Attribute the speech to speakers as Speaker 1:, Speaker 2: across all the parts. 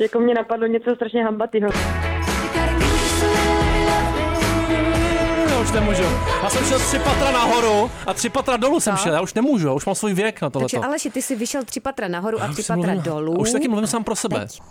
Speaker 1: jako mě napadlo něco strašně hambatýho.
Speaker 2: Já už nemůžu. Já jsem šel tři patra nahoru a tři patra dolů jsem šel. Já už nemůžu, já už mám svůj věk na tohle.
Speaker 3: Takže Aleši, ty si vyšel tři patra nahoru a
Speaker 2: Už
Speaker 3: tři
Speaker 2: si
Speaker 3: patra
Speaker 2: mluvím-
Speaker 3: dolů.
Speaker 2: Už taky mluvím sám pro sebe.
Speaker 3: Teď.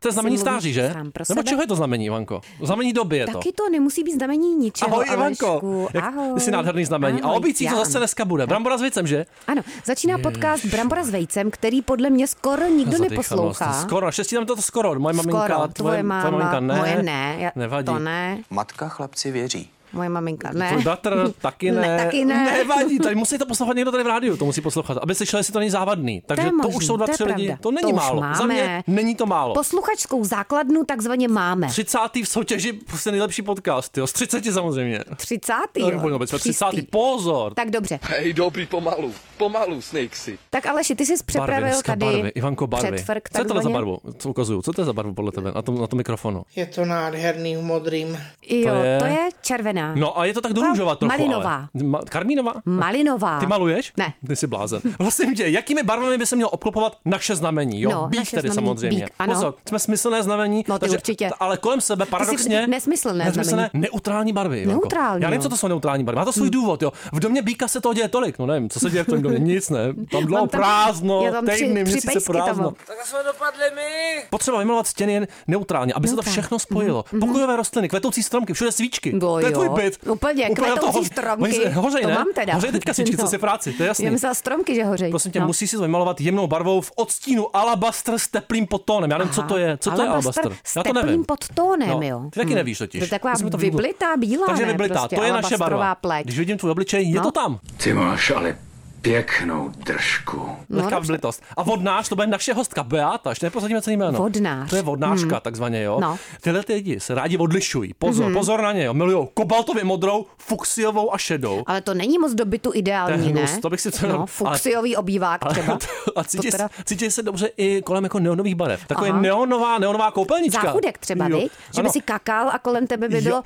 Speaker 2: To je znamení
Speaker 3: si
Speaker 2: stáří,
Speaker 3: mluvíš
Speaker 2: že?
Speaker 3: sám pro
Speaker 2: Nebo
Speaker 3: sebe.
Speaker 2: čeho je to znamení, Ivanko? Znamení doby je to.
Speaker 3: Taky to nemusí být znamení ničeho,
Speaker 2: Ahoj, Ivanko.
Speaker 3: Alešku.
Speaker 2: Jak-
Speaker 3: Ahoj.
Speaker 2: Ty jsi nádherný znamení. A
Speaker 3: Ahoj,
Speaker 2: obicí to
Speaker 3: Jan.
Speaker 2: zase dneska bude. Brambora s věcem, že?
Speaker 3: Ano, začíná podcast Brambora s vejcem, který podle mě skoro nikdo
Speaker 2: Zadýchanost.
Speaker 3: neposlouchá.
Speaker 2: no, Skoro, šestí tam to skoro. Moje maminka,
Speaker 3: skoro.
Speaker 2: tvoje,
Speaker 3: Tvoje máma,
Speaker 2: tvoje maminka ne.
Speaker 3: moje ne, já,
Speaker 2: Nevadí.
Speaker 3: to ne,
Speaker 4: Matka chlapci věří.
Speaker 3: moje maminka ne.
Speaker 2: Tvůj bratr taky ne.
Speaker 3: Ne, taky ne.
Speaker 2: Nevadí, tady musí to poslouchat někdo tady v rádiu, to musí poslouchat, aby slyšeli, jestli to není závadný. Takže to,
Speaker 3: možný,
Speaker 2: už jsou dva,
Speaker 3: to je
Speaker 2: tři lidi,
Speaker 3: pravda.
Speaker 2: to není
Speaker 3: To už
Speaker 2: málo. Za
Speaker 3: máme.
Speaker 2: mě není to málo.
Speaker 3: Posluchačskou základnu takzvaně máme.
Speaker 2: 30. v soutěži prostě nejlepší podcast, jo. Z 30 samozřejmě.
Speaker 3: 30.
Speaker 2: Tak pojďme, jsme 30. Pozor.
Speaker 3: Tak dobře.
Speaker 5: Hej, dobrý, pomalu, pomalu, Snakesy.
Speaker 3: Tak Aleši, ty jsi
Speaker 2: Barvy,
Speaker 3: přepravil
Speaker 2: dneska
Speaker 3: tady
Speaker 2: barvy. Ivanko, barvy.
Speaker 3: předfrk
Speaker 2: Co je tohle za
Speaker 3: takzvaně.
Speaker 2: barvu? Co ukazuju? Co to je za barvu podle tebe na tom, na tom mikrofonu?
Speaker 6: Je to nádherný v modrým.
Speaker 3: Jo, to
Speaker 2: je-
Speaker 3: je, červená.
Speaker 2: No a je to tak do růžova trochu,
Speaker 3: Malinová.
Speaker 2: Ale. Ma- Karmínová?
Speaker 3: Malinová.
Speaker 2: Hm. Ty maluješ?
Speaker 3: Ne.
Speaker 2: Ty jsi blázen. Prosím tě, jakými barvami by se mělo obklopovat naše znamení? Jo,
Speaker 3: No,
Speaker 2: bík
Speaker 3: naše
Speaker 2: tedy
Speaker 3: znamení,
Speaker 2: samozřejmě.
Speaker 3: bík, ano.
Speaker 2: Pozor, jsme smyslné znamení.
Speaker 3: No, ty určitě.
Speaker 2: t- Ale kolem sebe paradoxně.
Speaker 3: nesmyslné
Speaker 2: nesmyslné
Speaker 3: znamení.
Speaker 2: neutrální barvy. Ivanko.
Speaker 3: Neutrální, no. Hm.
Speaker 2: Já nevím,
Speaker 3: jo.
Speaker 2: co to jsou neutrální barvy. Má to svůj důvod, jo. V domě bíka se toho děje tolik. No nevím, co se děje v tom domě. Nic, ne. Tam dlouho
Speaker 3: tam-
Speaker 2: prázdno,
Speaker 3: je tam tři-
Speaker 2: týdny,
Speaker 3: tři
Speaker 2: měsíce
Speaker 3: pejsky tam
Speaker 2: prázdno.
Speaker 3: mám.
Speaker 5: Tak jsme dopadli my.
Speaker 2: Potřeba vymilovat stěny jen neutrálně, aby se to
Speaker 3: Neutrálně.
Speaker 2: všechno spojilo.
Speaker 3: Mhm,
Speaker 2: Pokojové rostliny, kvetoucí stromky, všude svíčky.
Speaker 3: No
Speaker 2: to je
Speaker 3: jo,
Speaker 2: tvůj byt.
Speaker 3: úplně,
Speaker 2: na
Speaker 3: kvetoucí
Speaker 2: ho-
Speaker 3: stromky,
Speaker 2: Oni se- Hořej,
Speaker 3: to
Speaker 2: ne?
Speaker 3: mám teda.
Speaker 2: Hořej teďka svíčky, co
Speaker 3: No.
Speaker 2: si v práci, to je jasný.
Speaker 3: Já myslela stromky, že hořej.
Speaker 2: Prosím tě,
Speaker 3: no.
Speaker 2: musíš si to vymalovat jemnou barvou v odstínu alabastr s teplým podtónem. Já nevím, co
Speaker 3: Aha.
Speaker 2: to je. Co to je alabastr?
Speaker 3: S
Speaker 2: Já to
Speaker 3: teplým
Speaker 2: nevím.
Speaker 3: podtónem,
Speaker 2: No,
Speaker 3: jo.
Speaker 2: ty taky
Speaker 3: Hm.
Speaker 2: nevíš totiž.
Speaker 3: To je taková
Speaker 2: My jsme to vygoogli-
Speaker 3: vyblitá bílá,
Speaker 2: Takže
Speaker 3: ne?
Speaker 2: vyblitá,
Speaker 3: prostě,
Speaker 2: to je naše
Speaker 3: alabastrová
Speaker 2: barva.
Speaker 3: pleť.
Speaker 2: Když vidím tvůj obličej, je
Speaker 3: No.
Speaker 2: to tam.
Speaker 7: Ty máš ale pěknou držku.
Speaker 2: Lehká
Speaker 3: No, dobře.
Speaker 2: vlitost. A vodnáš, to bude naše hostka Beata, ještě neprozradíme celý jméno.
Speaker 3: Vodnář.
Speaker 2: To je vodnáška, takzvaně, jo.
Speaker 3: No. Hmm.
Speaker 2: Tyhle ty lidi se rádi odlišují. Pozor, pozor na ně, jo. Milujou kobaltově modrou, fuxiovou a šedou.
Speaker 3: Ale to není moc dobytu ideální,
Speaker 2: To je hnus,
Speaker 3: ne?
Speaker 2: to bych si to-
Speaker 3: No, fuxiový obývák třeba.
Speaker 2: a cítí,
Speaker 3: To teda-
Speaker 2: cítí, se dobře i kolem jako neonových barev. Takové
Speaker 3: Aha.
Speaker 2: neonová, neonová koupelnička.
Speaker 3: Záchudek třeba,
Speaker 2: Jo,
Speaker 3: viď? Že by
Speaker 2: ano.
Speaker 3: si kakal a kolem tebe by bylo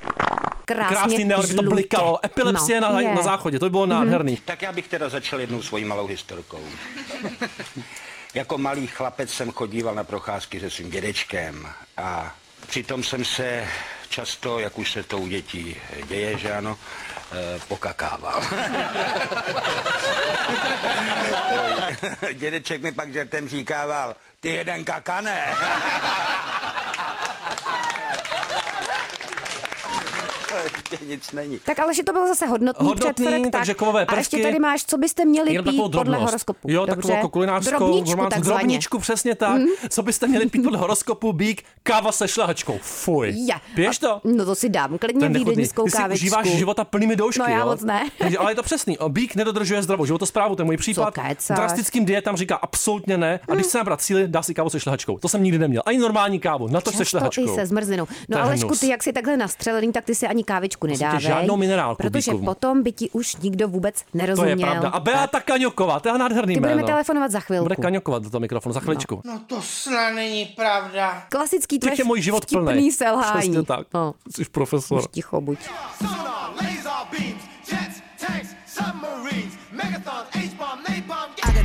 Speaker 3: krásně
Speaker 2: Krásný neon, by to
Speaker 3: žlutě.
Speaker 2: blikalo. Epilepsie
Speaker 3: No,
Speaker 2: na,
Speaker 3: je.
Speaker 2: na záchodě, to by bylo nádherný.
Speaker 8: Tak já bych teda začal jednou svojí malou historkou. jako malý chlapec jsem chodíval na procházky se svým dědečkem a přitom jsem se často, jak už se to u dětí děje, že ano, eh, pokakával. Dědeček mi pak žertem říkával, ty jeden kakane. Ještě nic není.
Speaker 3: Tak ale že to byl zase hodnotný,
Speaker 2: Hodnotný,
Speaker 3: předfrk, tak.
Speaker 2: takže kovové
Speaker 3: A ještě
Speaker 2: prvky.
Speaker 3: tady máš, co byste měli
Speaker 2: Jenom
Speaker 3: pít
Speaker 2: takovou
Speaker 3: podle
Speaker 2: drobnost.
Speaker 3: horoskopu.
Speaker 2: Jo,
Speaker 3: Dobře?
Speaker 2: takovou jako kulinářskou
Speaker 3: drobničku,
Speaker 2: románc-
Speaker 3: takzvaně. Mhm.
Speaker 2: drobničku, přesně tak. Co byste měli pít podle horoskopu? Bík, káva se šlahačkou. Fuj.
Speaker 3: Je.
Speaker 2: Pěš to?
Speaker 3: No to si dám, klidně
Speaker 2: nechutný.
Speaker 3: vídeňskou
Speaker 2: Ty si
Speaker 3: kávičku.
Speaker 2: užíváš života plnými doušky,
Speaker 3: No já
Speaker 2: jo?
Speaker 3: moc ne.
Speaker 2: Takže, ale je to přesný. O, Bík nedodržuje zdravou životosprávu, to je můj případ.
Speaker 3: kecáš? Hm.
Speaker 2: Drastickým dietám říká absolutně ne. A když se nabrat síly, dá si kávu se šlehačkou. To jsem nikdy neměl. Ani normální kávu, na to se
Speaker 3: Často i
Speaker 2: šlehačkou.
Speaker 3: se zmrzlinou.
Speaker 2: To
Speaker 3: No
Speaker 2: je
Speaker 3: Alešku,
Speaker 2: hnus.
Speaker 3: ty jak jsi takhle nastřelený, tak ty si ani kávičku
Speaker 2: Prosím tě,
Speaker 3: nedávej.
Speaker 2: žádnou minerálku
Speaker 3: Protože
Speaker 2: bíkovou.
Speaker 3: potom by ti už nikdo vůbec
Speaker 2: To je
Speaker 3: nerozuměl.
Speaker 2: pravda. A Beata Kaňoková, to je nádherný
Speaker 3: Ty budeme
Speaker 2: jméno.
Speaker 3: telefonovat za chvilku.
Speaker 2: Bude kaňokovat do toho mikrofonu za chviličku.
Speaker 6: No to snad není pravda.
Speaker 3: Klasický
Speaker 2: Teď je
Speaker 3: tvoje
Speaker 2: můj život
Speaker 3: vtipný
Speaker 2: plný.
Speaker 3: selhání.
Speaker 2: Přesně tak.
Speaker 3: No,
Speaker 2: Jsi profesor.
Speaker 3: už ticho buď.
Speaker 9: got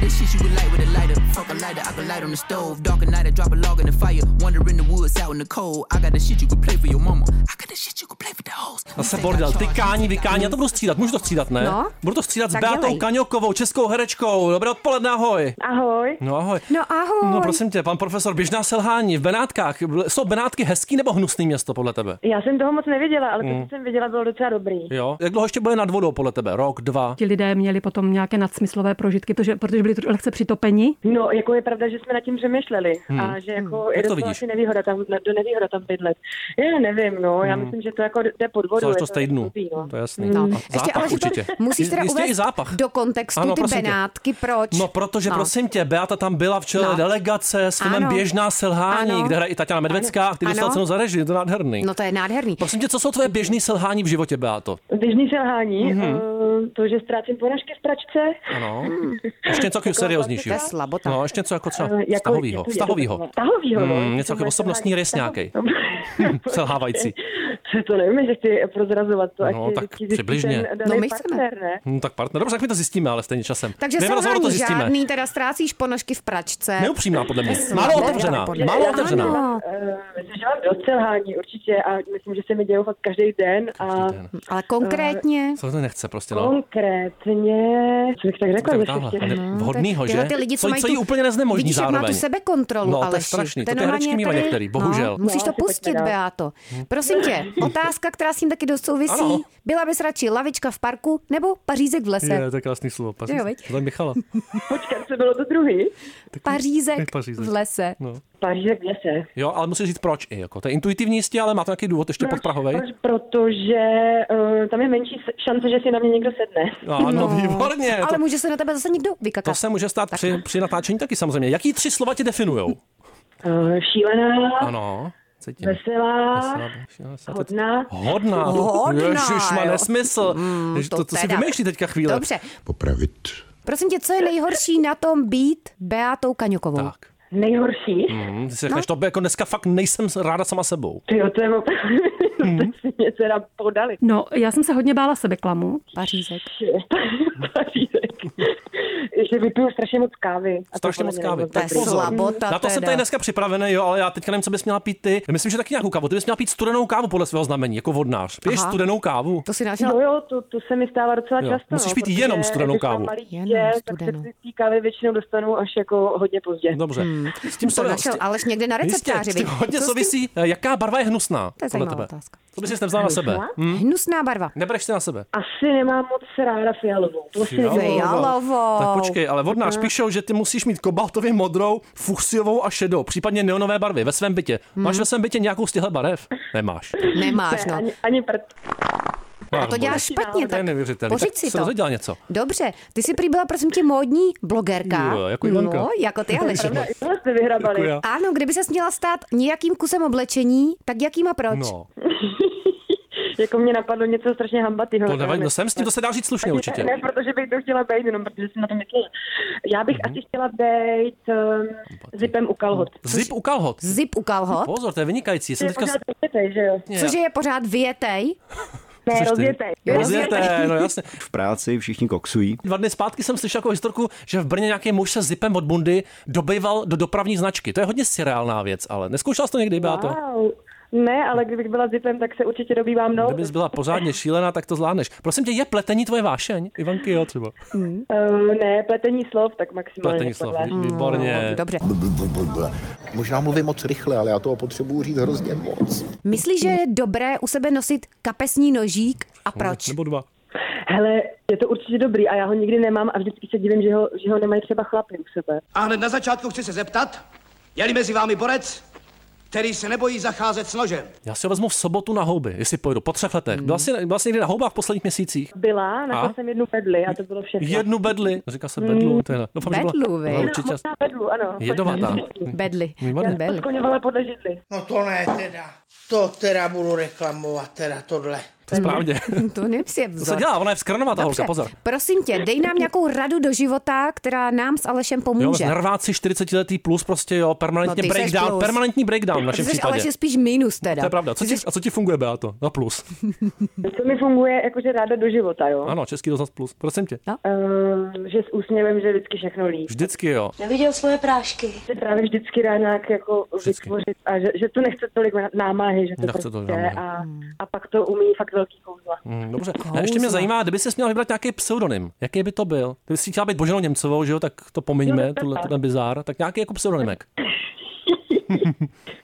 Speaker 9: the shit you would like with a lighter. Fuck a lighter, I can light on the stove. Dark at night, I drop a log in the fire. Wander in the woods out in the cold. I got the shit you could play for your mama. I got the shit you could play for the hoes.
Speaker 2: Zase bordel, tykání, vykání, já to budu střídat, můžu to střídat, ne?
Speaker 3: No.
Speaker 2: Budu to střídat s
Speaker 3: Tak
Speaker 2: Beatou
Speaker 3: dělej.
Speaker 2: Kaňokovou, českou herečkou. Dobré odpoledne, ahoj.
Speaker 1: Ahoj.
Speaker 2: No ahoj.
Speaker 3: No ahoj.
Speaker 2: No prosím tě, pan profesor, běžná selhání v Benátkách. Jsou Benátky hezký nebo hnusný město podle tebe?
Speaker 1: Já jsem toho moc nevěděla, ale to,
Speaker 2: Mm.
Speaker 1: co jsem věděla, bylo docela dobrý.
Speaker 2: Jo. Jak dlouho ještě bude nad vodou podle tebe? Rok, dva?
Speaker 10: Ti lidé měli potom nějaké nadsmyslové prožitky, protože, protože byli tro- lehce přitopeni.
Speaker 1: No, jako je pravda, že jsme nad tím přemýšleli a že jako je
Speaker 2: Mm. to
Speaker 1: docela
Speaker 2: vidíš?
Speaker 1: asi nevýhoda tam, do nevýhoda tam bydlet. Já nevím, no, já myslím, že to jako jde pod vodu.
Speaker 2: Jsou
Speaker 1: je
Speaker 2: Mm. to z týdnu.
Speaker 1: blbý, no.
Speaker 2: To je jasný.
Speaker 3: No.
Speaker 2: A
Speaker 3: Ještě, ale
Speaker 2: Mm. zápach
Speaker 3: že to
Speaker 2: určitě.
Speaker 3: musíš teda
Speaker 2: Jistě i
Speaker 3: uvést
Speaker 2: zápach.
Speaker 3: do kontextu
Speaker 2: Ano,
Speaker 3: ty
Speaker 2: prosím tě.
Speaker 3: Benátky, proč?
Speaker 2: No, protože prosím tě, Beata tam byla v čele
Speaker 3: No.
Speaker 2: delegace s filmem
Speaker 3: Ano.
Speaker 2: Běžná selhání,
Speaker 3: Ano.
Speaker 2: kde hraje i Tatiana Medvecká,
Speaker 3: Ano.
Speaker 2: který dostala
Speaker 3: Ano.
Speaker 2: cenu za režii, je to nádherný.
Speaker 3: No to je nádherný.
Speaker 2: Prosím tě, co jsou tvoje běžné selhání v životě, Beato?
Speaker 1: Běžný selhání, mm-hmm. to, že ztrácím ponožky v pračce.
Speaker 2: Mhm. Ano.
Speaker 3: Hmm.
Speaker 2: Ještě něco takového serióznějšího.
Speaker 1: To je
Speaker 3: slabota.
Speaker 2: No, ještě něco jako třeba
Speaker 1: Eh, jako-
Speaker 2: vztahovýho.
Speaker 1: jako-
Speaker 2: Vztahovýho.
Speaker 1: Vztahovýho, no.
Speaker 2: Mm, něco
Speaker 1: To
Speaker 2: jako
Speaker 1: máš
Speaker 2: osobnostní
Speaker 1: rád.
Speaker 2: rys nějaký.
Speaker 1: Vztahový.
Speaker 2: Selhávající.
Speaker 1: To- To nevím, že chci prozrazovat to,
Speaker 2: No,
Speaker 1: ať
Speaker 2: tak
Speaker 1: ti zjistí
Speaker 2: přibližně.
Speaker 1: ten daný
Speaker 3: No, my chceme.
Speaker 1: partner, ne?
Speaker 2: No, tak partner, dobře, tak my to zjistíme, ale stejně časem.
Speaker 3: Takže
Speaker 2: Během rozhovoru to
Speaker 3: selhání
Speaker 2: zjistíme.
Speaker 3: žádný, teda ztrácíš ponožky v pračce.
Speaker 2: Neupřímná podle mě.
Speaker 3: Jasně,
Speaker 2: Málo
Speaker 3: ne,
Speaker 2: otevřená.
Speaker 3: podle mě.
Speaker 2: Málo
Speaker 1: Ano.
Speaker 2: otevřená.
Speaker 10: No.
Speaker 1: Eh, Myslím, že mám dost selhání určitě a myslím, že se mi dějou fakt každý den a
Speaker 2: no.
Speaker 3: Ale konkrétně...
Speaker 2: Co to nechce prostě, no.
Speaker 1: konkrétně, co bych tak
Speaker 2: Tak
Speaker 1: řekla, že
Speaker 2: vytáhla.
Speaker 1: ještě-
Speaker 2: Ale
Speaker 3: No,
Speaker 2: Vhodnýho,
Speaker 3: tak
Speaker 2: že?
Speaker 3: tyhle Ty lidi, co,
Speaker 2: co,
Speaker 3: mají
Speaker 2: co
Speaker 3: tu,
Speaker 2: jí úplně neznemožní
Speaker 3: vidíš,
Speaker 2: zároveň.
Speaker 3: Jak má tu sebekontrolu,
Speaker 2: No, to je
Speaker 3: Aleši.
Speaker 2: strašný, to ty
Speaker 3: normálně
Speaker 2: herečky mývají
Speaker 3: tady-
Speaker 2: některý, bohužel. Hm.
Speaker 3: No, musíš
Speaker 1: No,
Speaker 3: to
Speaker 1: tak pojďme
Speaker 3: pustit,
Speaker 1: dál.
Speaker 3: Beato. Prosím tě, otázka, která s tím taky dost souvisí.
Speaker 2: Ano.
Speaker 3: Byla bys radši lavička v parku nebo pařízek v lese?
Speaker 2: Je, to je krásný slovo. Paří.
Speaker 3: Jo, veď?
Speaker 2: Zde Michala.
Speaker 1: Počkat, co bylo to druhý?
Speaker 3: Pařízek,
Speaker 2: Pařízek.
Speaker 3: v lese.
Speaker 1: Pařížek v lese.
Speaker 2: Jo, ale musíš říct proč i. Jako. To je intuitivní jistě, ale má to nějaký důvod ještě podprahovej.
Speaker 1: Proč? Protože uh, tam je menší s- šance, že si na mě někdo sedne.
Speaker 2: Ano, no, výborně.
Speaker 3: Ale
Speaker 2: to,
Speaker 3: může se na tebe zase někdo
Speaker 2: to
Speaker 3: vykakat.
Speaker 2: se může stát při, při natáčení taky samozřejmě. Jaký tři slova tě definujou?
Speaker 1: Uh, šílená,
Speaker 2: Ano, cítím.
Speaker 1: veselá,
Speaker 2: Veselá, veselá, veselá, to-
Speaker 1: hodná.
Speaker 2: Hodná.
Speaker 3: Hodná,
Speaker 2: Ježiš, má
Speaker 3: jo. Mm,
Speaker 2: nesmysl. Ježiš,
Speaker 3: to
Speaker 2: to, to si
Speaker 3: teda.
Speaker 2: vymýšlí teďka chvíli.
Speaker 3: Dobře.
Speaker 7: Popravit.
Speaker 3: Prosím tě, co je nejhorší na tom být Beatou Kaňokovou?
Speaker 2: Tak.
Speaker 1: Nejhorší?
Speaker 2: Hm, ty si řekneš, no. to jako dneska fakt nejsem ráda sama sebou.
Speaker 1: Ty jo, to je opravdu,
Speaker 2: Mm.
Speaker 1: to si mě teda podali.
Speaker 10: No, já jsem se hodně bála sebeklamu.
Speaker 3: Pařízek.
Speaker 1: Pařížek. Ještě vypiju strašně moc kávy. A to
Speaker 2: Strašně
Speaker 1: podle
Speaker 2: moc
Speaker 1: mě
Speaker 2: kávy.
Speaker 1: nebude
Speaker 3: To je
Speaker 1: dobrý.
Speaker 2: pozor.
Speaker 3: slabota
Speaker 2: Na to jsem
Speaker 3: teda.
Speaker 2: tady dneska připravený, jo, ale já teďka nevím, co bys měla pít ty. Myslím, že taky nějakou kávu. Ty bys měla pít studenou kávu podle svého znamení, jako vodnář. Piješ
Speaker 3: Aha.
Speaker 2: studenou kávu.
Speaker 3: To si našel
Speaker 1: No jo, to, to se mi stává docela
Speaker 2: Jo,
Speaker 1: často.
Speaker 2: musíš
Speaker 1: no,
Speaker 2: pít
Speaker 1: protože
Speaker 2: jenom studenou
Speaker 1: když mám
Speaker 2: kávu.
Speaker 1: Malý
Speaker 3: Jenom
Speaker 1: dítě,
Speaker 3: studenou.
Speaker 1: Tak se ty kávy většinou dostanu až jako hodně pozdě.
Speaker 2: Dobře. S tím
Speaker 3: Hmm. to
Speaker 2: sorry,
Speaker 3: našel
Speaker 2: s tím-
Speaker 3: Aleš někde na
Speaker 2: Jistě,
Speaker 3: receptáři.
Speaker 2: s tím
Speaker 3: viď?
Speaker 2: hodně
Speaker 3: Co s tím-
Speaker 2: souvisí, eh, jaká barva je hnusná.
Speaker 3: To je
Speaker 2: podle
Speaker 3: zajímavá
Speaker 2: tebe.
Speaker 3: otázka.
Speaker 2: To bys nevzal na sebe. Hm?
Speaker 3: Hnusná barva.
Speaker 2: Nebereš si na sebe.
Speaker 1: Asi nemám moc ráda fialovou. To si
Speaker 2: Fialovou.
Speaker 1: nevím.
Speaker 3: Fialovou.
Speaker 2: Tak počkej, ale vodnář píšou, že ty musíš mít kobaltově modrou, fuchsiovou a šedou, případně neonové barvy ve svém bytě.
Speaker 3: Hmm.
Speaker 2: Máš ve svém bytě nějakou z těchto barev? Nemáš.
Speaker 3: Nemáš, no.
Speaker 1: Ani, ani prd.
Speaker 2: Máš
Speaker 3: A to děláš špatně,
Speaker 2: To je
Speaker 3: tak
Speaker 2: neuvěřitelný.
Speaker 3: pořiď
Speaker 2: Tak
Speaker 3: si
Speaker 2: jsem
Speaker 3: to.
Speaker 2: dozvěděla něco.
Speaker 3: Dobře, ty jsi prý byla, prosím tě, módní blogerka.
Speaker 2: Jo, jako Ivanka.
Speaker 3: No, jako ty, Aleš.
Speaker 1: I tohle jste vyhrabali.
Speaker 2: Jako já.
Speaker 3: Ano, kdyby se měla stát nějakým kusem oblečení, tak jakým a proč?
Speaker 2: No,
Speaker 1: Jako mě napadlo něco strašně hambatýho.
Speaker 2: to nevadí, no jsem s tím, to se dá říct slušně určitě.
Speaker 1: Ne, protože bych to chtěla být, jenom protože jsem na to myslela. Já bych
Speaker 2: Mhm.
Speaker 1: asi chtěla být um, zipem u kalhot.
Speaker 2: Zip u kalhot.
Speaker 3: Zip u kalhot,
Speaker 2: Pozor, to je vynikající. Jsem
Speaker 1: Je
Speaker 2: teďka...
Speaker 1: pořád rozjetej, že jo?
Speaker 2: Přesně.
Speaker 3: což je pořád větej.
Speaker 2: Což
Speaker 1: Ne,
Speaker 2: ty?
Speaker 1: rozjetej.
Speaker 2: Rozjeté, no jasně.
Speaker 4: V práci všichni koksují.
Speaker 2: Dva dny zpátky jsem slyšel jako historku, že v Brně nějaký muž se zipem od bundy dobejval do dopravní značky. To je hodně seriálná věc, ale neskoušela jsi to někdy, Beato?
Speaker 1: Wow. Ne, ale kdybych byla zipem, tak se určitě dobývám no.
Speaker 2: Kdybys byla pořádně šílená, tak to zvládneš. Prosím tě, je pletení tvoje vášeň? Ivanky, jo, třeba.
Speaker 1: Uh, ne, pletení slov, tak maximálně.
Speaker 2: Pletení slov,
Speaker 1: takhle. Mm.
Speaker 2: vý- výborně.
Speaker 3: Dobře.
Speaker 4: Možná mluvím moc rychle, ale já toho potřebuji říct hrozně moc.
Speaker 3: Myslíš, že je dobré u sebe nosit kapesní nožík a proč?
Speaker 2: Nebo dva.
Speaker 1: Hele, je to určitě dobrý a já ho nikdy nemám a vždycky se divím, že ho, že ho nemají třeba chlapy u sebe.
Speaker 9: A hned na začátku chci se zeptat, je-li mezi vámi borec, který se nebojí zacházet s nožem.
Speaker 2: Já si ho vezmu v sobotu na houby, jestli pojedu. Po třech letech.
Speaker 1: Mm.
Speaker 2: Byla jsi, byla jsi někdy na houbách v posledních měsících?
Speaker 1: Byla,
Speaker 2: A?
Speaker 1: na jsem jednu pedli a to bylo všechno. Mm.
Speaker 2: Jednu bedli. Říká se bedlu. To je, doufám, že
Speaker 3: Bedlu,
Speaker 2: byla,
Speaker 3: vy.
Speaker 2: byla určitě.
Speaker 1: Možná pedlu, ano.
Speaker 2: Jedovatá.
Speaker 3: Bedly.
Speaker 2: Výborně.
Speaker 3: Bedly.
Speaker 1: Odkoňovala podle židli.
Speaker 6: No to ne teda. To teda budu reklamovat, teda tohle.
Speaker 2: Správně.
Speaker 3: To neps je
Speaker 2: To se
Speaker 3: vzor.
Speaker 2: dělá, ona je vzkrnová ta holka, pozor.
Speaker 3: Prosím tě, dej nám nějakou radu do života, která nám s Alešem
Speaker 2: Jo, vlastně
Speaker 3: pomůže.
Speaker 2: nerváci 40 letý plus prostě jo, permanentně
Speaker 3: No, ty seš
Speaker 2: breakdown,
Speaker 3: plus.
Speaker 2: permanentní breakdown v našem
Speaker 3: Protože
Speaker 2: případě.
Speaker 3: Aleš je spíš minus teda.
Speaker 2: To je pravda. Co
Speaker 3: no. Ty No.
Speaker 2: ti,
Speaker 3: jsi-
Speaker 2: a co ti funguje, Beato? Na plus.
Speaker 1: To mi funguje jakože ráda do života, jo.
Speaker 2: Ano, český rozhlas plus. Prosím tě.
Speaker 1: Uh, že s úsměvem, že vždycky všechno líp.
Speaker 2: Vždycky jo.
Speaker 11: Neviděl svoje prášky.
Speaker 1: Se právě vždycky dá nějak jako
Speaker 2: Vždycky.
Speaker 1: vytvořit a že, že tu nechce tolik na- námahy, že to
Speaker 2: Nechce tolik
Speaker 1: prostě
Speaker 2: námahy.
Speaker 1: a, a pak to umí fakt velký kouzla.
Speaker 2: Mm, Dobře.
Speaker 3: Jako
Speaker 2: A ještě mě zajímá, kdyby si měla vybrat nějaký pseudonym, jaký by to byl? Kdyby si chtěla být Boženou Němcovou, že jo, tak to pomiňme, tohle, ten bizár, tak nějaký jako pseudonymek.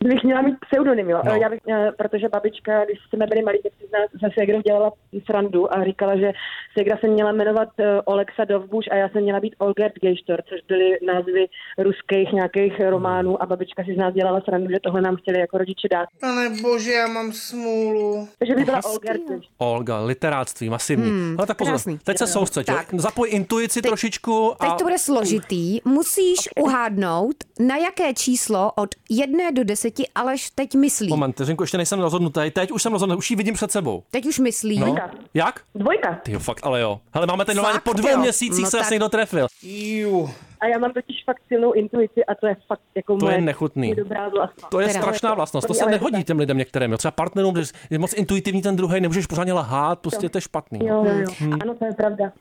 Speaker 1: Kdybych měla mít pseudonym, jo.
Speaker 2: No.
Speaker 1: No. Já bych, eh, protože babička, když jsme byli malí, tak si z nás se Segrou dělala srandu a říkala, že Segra se měla jmenovat eh, Oleksa Dovbuš a já jsem měla být Olgert Geištor, což byly názvy ruských nějakých románů a babička si z nás dělala srandu, že tohle nám chtěli jako rodiče dát.
Speaker 6: Pane bože, No já mám smůlu.
Speaker 1: Takže by byla Olgert Geištor.
Speaker 2: Olga, literáctví, masivní. Hmm, Ale tak pozor,
Speaker 3: krásný.
Speaker 2: teď se soustřeď, jo.
Speaker 3: Tak.
Speaker 2: Zapoj intuici trošičku
Speaker 3: Teď
Speaker 2: a...
Speaker 3: to bude složitý. Musíš uhádnout, na jaké číslo od jedné do deseti Aleš teď myslí.
Speaker 2: Moment, Řinku, ještě nejsem rozhodnutý. Teď už jsem rozhodnutý, už ji vidím před sebou.
Speaker 3: Teď už myslí. No.
Speaker 2: Jak?
Speaker 1: Dvojka.
Speaker 2: Ty jo, No fakt, ale jo. Hele, máme teď normálně
Speaker 3: Fakt,
Speaker 2: po dvou
Speaker 3: jo.
Speaker 2: měsících
Speaker 3: No
Speaker 2: se
Speaker 3: tak-
Speaker 2: asi někdo trefil.
Speaker 6: Jú.
Speaker 1: A já mám totiž fakt silnou intuici a to je fakt jako
Speaker 2: To
Speaker 1: moje
Speaker 2: je nechutný.
Speaker 1: dobrá vlastnost.
Speaker 2: To je
Speaker 3: Teda.
Speaker 2: strašná vlastnost, to
Speaker 1: Dobrý,
Speaker 2: se
Speaker 1: ale-
Speaker 2: nehodí těm lidem některým. Jo. Třeba partnerům, že je moc intuitivní ten druhý, nemůžeš pořádně lhát, prostě to je špatný.
Speaker 1: Jo, jo, jo.
Speaker 2: Hmm.
Speaker 1: Ano, to je pravda.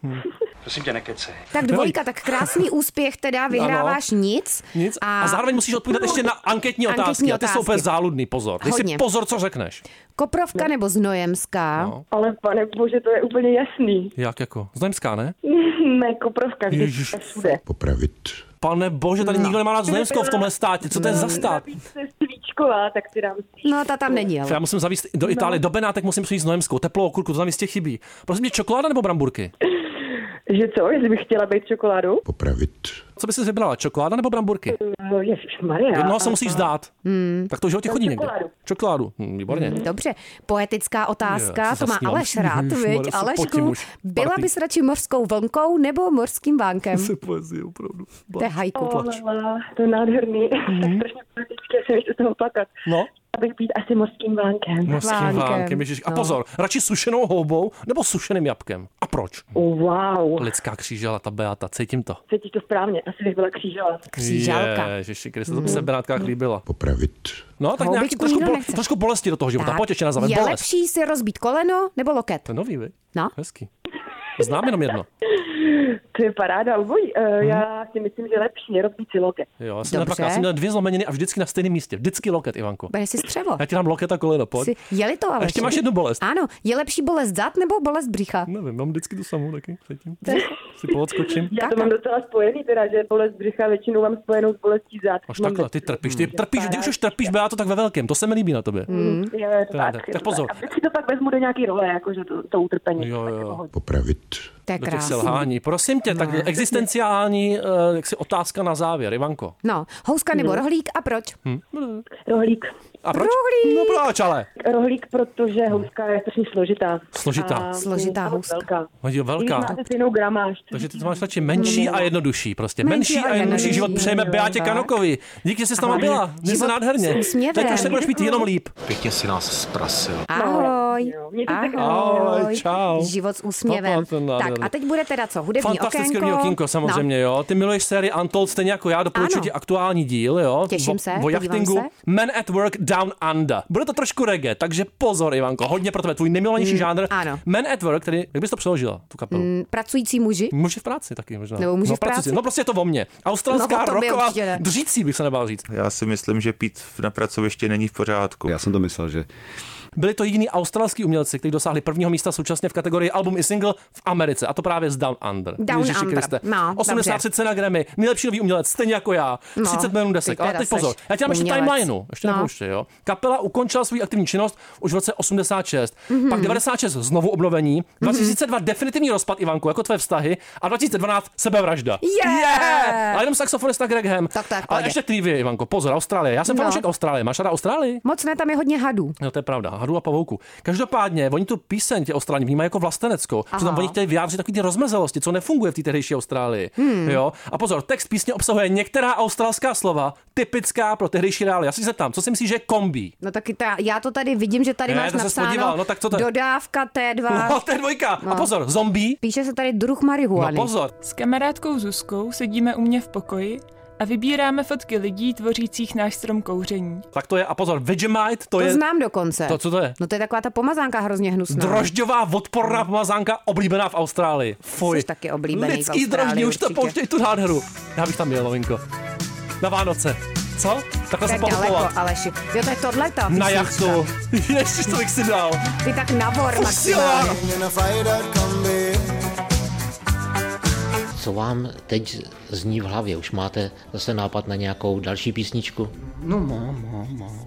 Speaker 8: Prosím tě, nekecej.
Speaker 3: Tak dvojka, tak krásný úspěch, teda vyhráváš nic.
Speaker 2: Nic. A zároveň musíš odpovídat ještě na anketní
Speaker 3: No, Anketní
Speaker 2: otázky. A ty jsou
Speaker 3: otázky.
Speaker 2: úplně záludný, pozor. Dej si
Speaker 3: Hodně.
Speaker 2: pozor, co řekneš.
Speaker 3: Koprovka nebo Znojemská? No.
Speaker 1: Ale pane bože, to je úplně jasný.
Speaker 2: Jak jako? Znojemská, ne?
Speaker 1: ne, koprovka, vždyť
Speaker 2: Ježiš.
Speaker 1: to je všude.
Speaker 4: Popravit.
Speaker 2: Pane bože,
Speaker 3: No.
Speaker 2: tady nikdo nemá rád Znojemskou v tomhle státě. Co to je za stát?
Speaker 1: Navíc se svíčková, tak si dám svíčku.
Speaker 3: no ta tam není,
Speaker 2: Já
Speaker 3: ale.
Speaker 2: musím zavíst do
Speaker 3: No.
Speaker 2: Itálie, do Benátek musím přijít Znojemskou. Teplou okurku, to tam jistě chybí. Prosím tě, čokoláda nebo bramburky?
Speaker 1: Že co, jestli bych chtěla být čokoládou?
Speaker 4: Popravit.
Speaker 2: Co bys si vybrala, čokoláda nebo bramburky?
Speaker 1: No, Ježíš Maria.
Speaker 2: Jednoho se musíš vzdát. Tak to už ho ti chodí někde.
Speaker 1: čokoládu.
Speaker 2: Hmm. Čokoládu. Hm, výborně.
Speaker 3: Dobře, poetická otázka,
Speaker 2: Já
Speaker 3: to
Speaker 2: se
Speaker 3: má
Speaker 2: zasmívám.
Speaker 3: Aleš rád,
Speaker 2: Ježišmarja, se
Speaker 3: viď,
Speaker 2: potím
Speaker 3: Alešku.
Speaker 2: už.
Speaker 3: Byla
Speaker 2: Party.
Speaker 3: bys radši mořskou vlnkou nebo mořským vánkem?
Speaker 2: To je poezie, opravdu.
Speaker 3: To je hajku.
Speaker 2: Plač.
Speaker 1: Olala, to je nádherný. Tak strašně politické, se mi do toho plakat.
Speaker 2: Mhm. No,
Speaker 1: Abych být asi mořským vánkem.
Speaker 2: mořským
Speaker 3: Vánkem.
Speaker 2: Prostě vánkem, ježiš. A
Speaker 3: No.
Speaker 2: pozor, radši sušenou houbou nebo sušeným jabkem. A proč?
Speaker 1: Oh, wow,
Speaker 2: Lidská křížela, ta Beata, cítím to.
Speaker 1: cítíš to správně, asi bych byla křížela.
Speaker 3: Křížalka.
Speaker 2: Ježiši, Krista, to by se Benátka líbila.
Speaker 4: Popravit.
Speaker 2: No, tak
Speaker 3: Houbičku
Speaker 2: nějaký trošku,
Speaker 3: nikdo
Speaker 2: bol,
Speaker 3: nechce.
Speaker 2: trošku bolesti do toho života. Pojď ještě na závěr.
Speaker 3: je
Speaker 2: Bolest.
Speaker 3: lepší si rozbít koleno nebo loket?
Speaker 2: To je nový, vy?
Speaker 3: No.
Speaker 2: Hezký. Znám jenom jedno.
Speaker 1: To je paráda, obojí. Uh,
Speaker 2: Mhm.
Speaker 1: Já si myslím, že lepší nerobí si loket.
Speaker 2: Jo, já jsem,
Speaker 3: Dobře.
Speaker 2: napak, já jsem měl dvě zlomeniny a vždycky na stejném místě. Vždycky loket, Ivanko.
Speaker 3: Bude si střevo.
Speaker 2: Já ti dám loket a koleno, pojď.
Speaker 3: Si, jeli to ale.
Speaker 2: ještě máš jednu bolest. Hm,
Speaker 3: Ano, je lepší bolest zad nebo bolest břicha?
Speaker 2: Nevím, mám vždycky tu samou taky předtím. Si poodskočím.
Speaker 1: Já
Speaker 3: Tak.
Speaker 1: to mám docela spojený teda, že bolest břicha většinou mám spojenou s bolestí zad.
Speaker 2: Až
Speaker 1: Mám
Speaker 2: takhle, ty
Speaker 1: vždycky-
Speaker 2: trpíš, ty trpíš, když už trpíš, Beato, tak ve velkém, to se mi líbí na tobě.
Speaker 3: Mm,
Speaker 1: Jo, je to
Speaker 2: Ráda.
Speaker 1: tak,
Speaker 2: Tak
Speaker 1: je to
Speaker 2: pozor.
Speaker 1: Tak. A teď si to pak vezmu do nějaký role, jakože to, to utrpení.
Speaker 2: Jo,
Speaker 1: Tak
Speaker 2: jo.
Speaker 1: jako hodně.
Speaker 4: Popravit.
Speaker 3: To je
Speaker 2: Do těch
Speaker 3: krásný. No,
Speaker 2: selhání. Prosím tě, tak existenciální eh, jaksi otázka na závěr, Ivanko.
Speaker 3: No, houska nebo rohlík a proč?
Speaker 2: Hm.
Speaker 1: Rohlík.
Speaker 2: A proč?
Speaker 3: Rohlík.
Speaker 2: No proč ale?
Speaker 1: Rohlík, protože houska je strašně složitá.
Speaker 2: Hmm. Složitá.
Speaker 3: Složitá
Speaker 1: je
Speaker 3: houska.
Speaker 1: Velká.
Speaker 2: No Jo,
Speaker 1: Velká.
Speaker 2: velká.
Speaker 1: Máte stejnou gramáž.
Speaker 2: Takže ty to máš radši menší a jednodušší prostě.
Speaker 3: no. Menší
Speaker 2: Menší
Speaker 3: a
Speaker 2: a jednodušší
Speaker 3: jednodušší.
Speaker 2: život přejeme
Speaker 3: Jo,
Speaker 2: Beátě
Speaker 3: tak.
Speaker 2: Kanokovi. Díky, že jsi s náma byla. Měj se
Speaker 3: Život
Speaker 2: nádherně.
Speaker 3: s směrem.
Speaker 2: Teď už se budeš mít jenom líp.
Speaker 7: Pěkně si nás zprasil.
Speaker 3: Ahoj.
Speaker 1: No, Jo, mějte se
Speaker 3: Ahoj.
Speaker 2: Ahoj, čau.
Speaker 3: Život s úsměvem.
Speaker 2: To bylo to
Speaker 3: tak
Speaker 2: nádherný.
Speaker 3: a teď bude teda co? Hudební
Speaker 2: Fantastické
Speaker 3: okénko.
Speaker 2: okénko, okénko samozřejmě, no. jo. Ty miluješ sérii Untold stejně jako já, doporučuji
Speaker 3: Ano.
Speaker 2: ti aktuální díl, jo.
Speaker 3: Těším
Speaker 2: o,
Speaker 3: se,
Speaker 2: o
Speaker 3: podívám
Speaker 2: jachtingu.
Speaker 3: se.
Speaker 2: Men at Work Down Under. Bude to trošku reggae, takže pozor, Ivanko, hodně pro tebe, tvůj nejmilovanější žánr.
Speaker 3: Mm, ano.
Speaker 2: Men at Work, tedy, jak bys to přeložila, tu kapelu?
Speaker 3: No. Pracující muži.
Speaker 2: Muži v práci taky možná.
Speaker 3: Nebo muži
Speaker 2: no,
Speaker 3: v práci.
Speaker 2: pracující. No prostě je to o mně. Australská
Speaker 3: No, o tobě
Speaker 2: roková
Speaker 3: určitě ne.
Speaker 2: dřící bych se nebál říct.
Speaker 11: Já si myslím, že pít na pracovišti není v pořádku.
Speaker 7: Já jsem to myslel, že
Speaker 2: Byli to jediní australský umělci, kteří dosáhli prvního místa současně v kategorii album i single v Americe, a to právě z Down Under.
Speaker 3: Down
Speaker 2: Ježiši
Speaker 3: Under,
Speaker 2: Kriste.
Speaker 3: no,
Speaker 2: 83 cena Grammy, nejlepší nový umělec, stejně jako já.
Speaker 3: No,
Speaker 2: 30 milionů desek.
Speaker 3: ty
Speaker 2: Ale
Speaker 3: teda
Speaker 2: teď pozor,
Speaker 3: seš
Speaker 2: já ti dám ještě
Speaker 3: umělec.
Speaker 2: timelineu. Ještě
Speaker 3: No.
Speaker 2: no. ještě, jo. Kapela ukončila svou aktivní činnost už v roce 86,
Speaker 3: Mhm.
Speaker 2: mm-hmm. pak 96 znovu obnovení, 2002 definitivní rozpad Ivanku, jako tvé vztahy, a 2012 sebevražda.
Speaker 3: Yeah!
Speaker 2: A jenom saxofonista Greg Ham.
Speaker 3: Tak to je v
Speaker 2: Ale
Speaker 3: pohodě.
Speaker 2: ještě trivie, Ivanko, pozor, Austrálie. Já jsem
Speaker 3: No.
Speaker 2: no. fanoušek Austrálie. Máš ráda Austrálii?
Speaker 3: Moc ne, tam je hodně hadů.
Speaker 2: No to je pravda, hadu a pavouku. Každopádně, oni tu píseň tě Austrálii vnímají jako vlasteneckou, protože tam
Speaker 3: Aha.
Speaker 2: oni chtějí vyjádřit takový ty rozmrzelosti, co nefunguje v té tehdejší Austrálii. Hmm. Jo? A pozor, text písně obsahuje některá australská slova, typická pro tehdejší reály. Já si zeptám, co si myslíš, že je kombi?
Speaker 3: No tak ta, já to tady vidím, že tady
Speaker 2: Ne,
Speaker 3: máš
Speaker 2: to ses
Speaker 3: napsáno
Speaker 2: podíval, no tak co to je?
Speaker 3: dodávka T2.
Speaker 2: No, to je dvojka. No. A pozor, zombie?
Speaker 3: Píše se tady druh
Speaker 2: No
Speaker 3: marihuany.
Speaker 2: pozor,
Speaker 9: S kamarádkou Zuzkou sedíme u mě v pokoji a vybíráme fotky lidí tvořících náš strom kouření.
Speaker 2: tak to je, a pozor, Vegemite, to,
Speaker 3: to
Speaker 2: je
Speaker 3: znám dokonce.
Speaker 2: To, co to je?
Speaker 3: No to je taková ta pomazánka hrozně hnusná.
Speaker 2: drožďová odporná pomazánka oblíbená v Austrálii. Fuj.
Speaker 3: Jsi taky oblíbený v
Speaker 2: Lidský
Speaker 3: Austrálii
Speaker 2: droždě, už to
Speaker 3: určitě.
Speaker 2: pouštěj tu nádheru. Já bych tam jel, novinko. Na Vánoce. Co? Takhle se
Speaker 3: Tak daleko,
Speaker 2: pohupovat.
Speaker 3: Aleši. Jo, to je tohle ta
Speaker 2: Na
Speaker 3: písnička.
Speaker 2: jachtu. Ježiš, to bych si dal.
Speaker 3: Ty tak na vor maximálně.
Speaker 9: Co vám teď zní v hlavě? Už máte zase nápad na nějakou další písničku?
Speaker 8: No mám, mám, mám.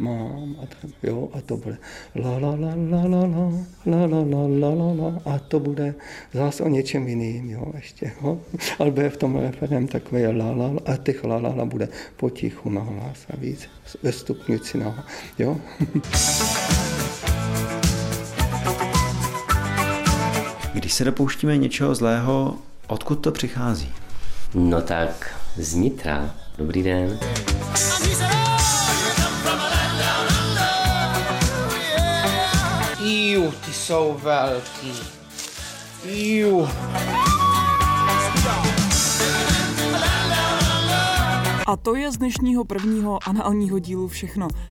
Speaker 8: Mám a to, jo, No, a to bude la la la la la la la la la la la la a to bude zase o něčem jiným, jo, ještě, jo. Ale bude v tom referém takový la la la a těch la la la bude potichu na hlas a víc ve stupnici na jo.
Speaker 11: Když se dopouštíme něčeho zlého, odkud to přichází?
Speaker 9: No tak, z Nitra. Dobrý den.
Speaker 6: Iu, ty jsou velký. Iu.
Speaker 12: A to je z dnešního prvního análního dílu všechno.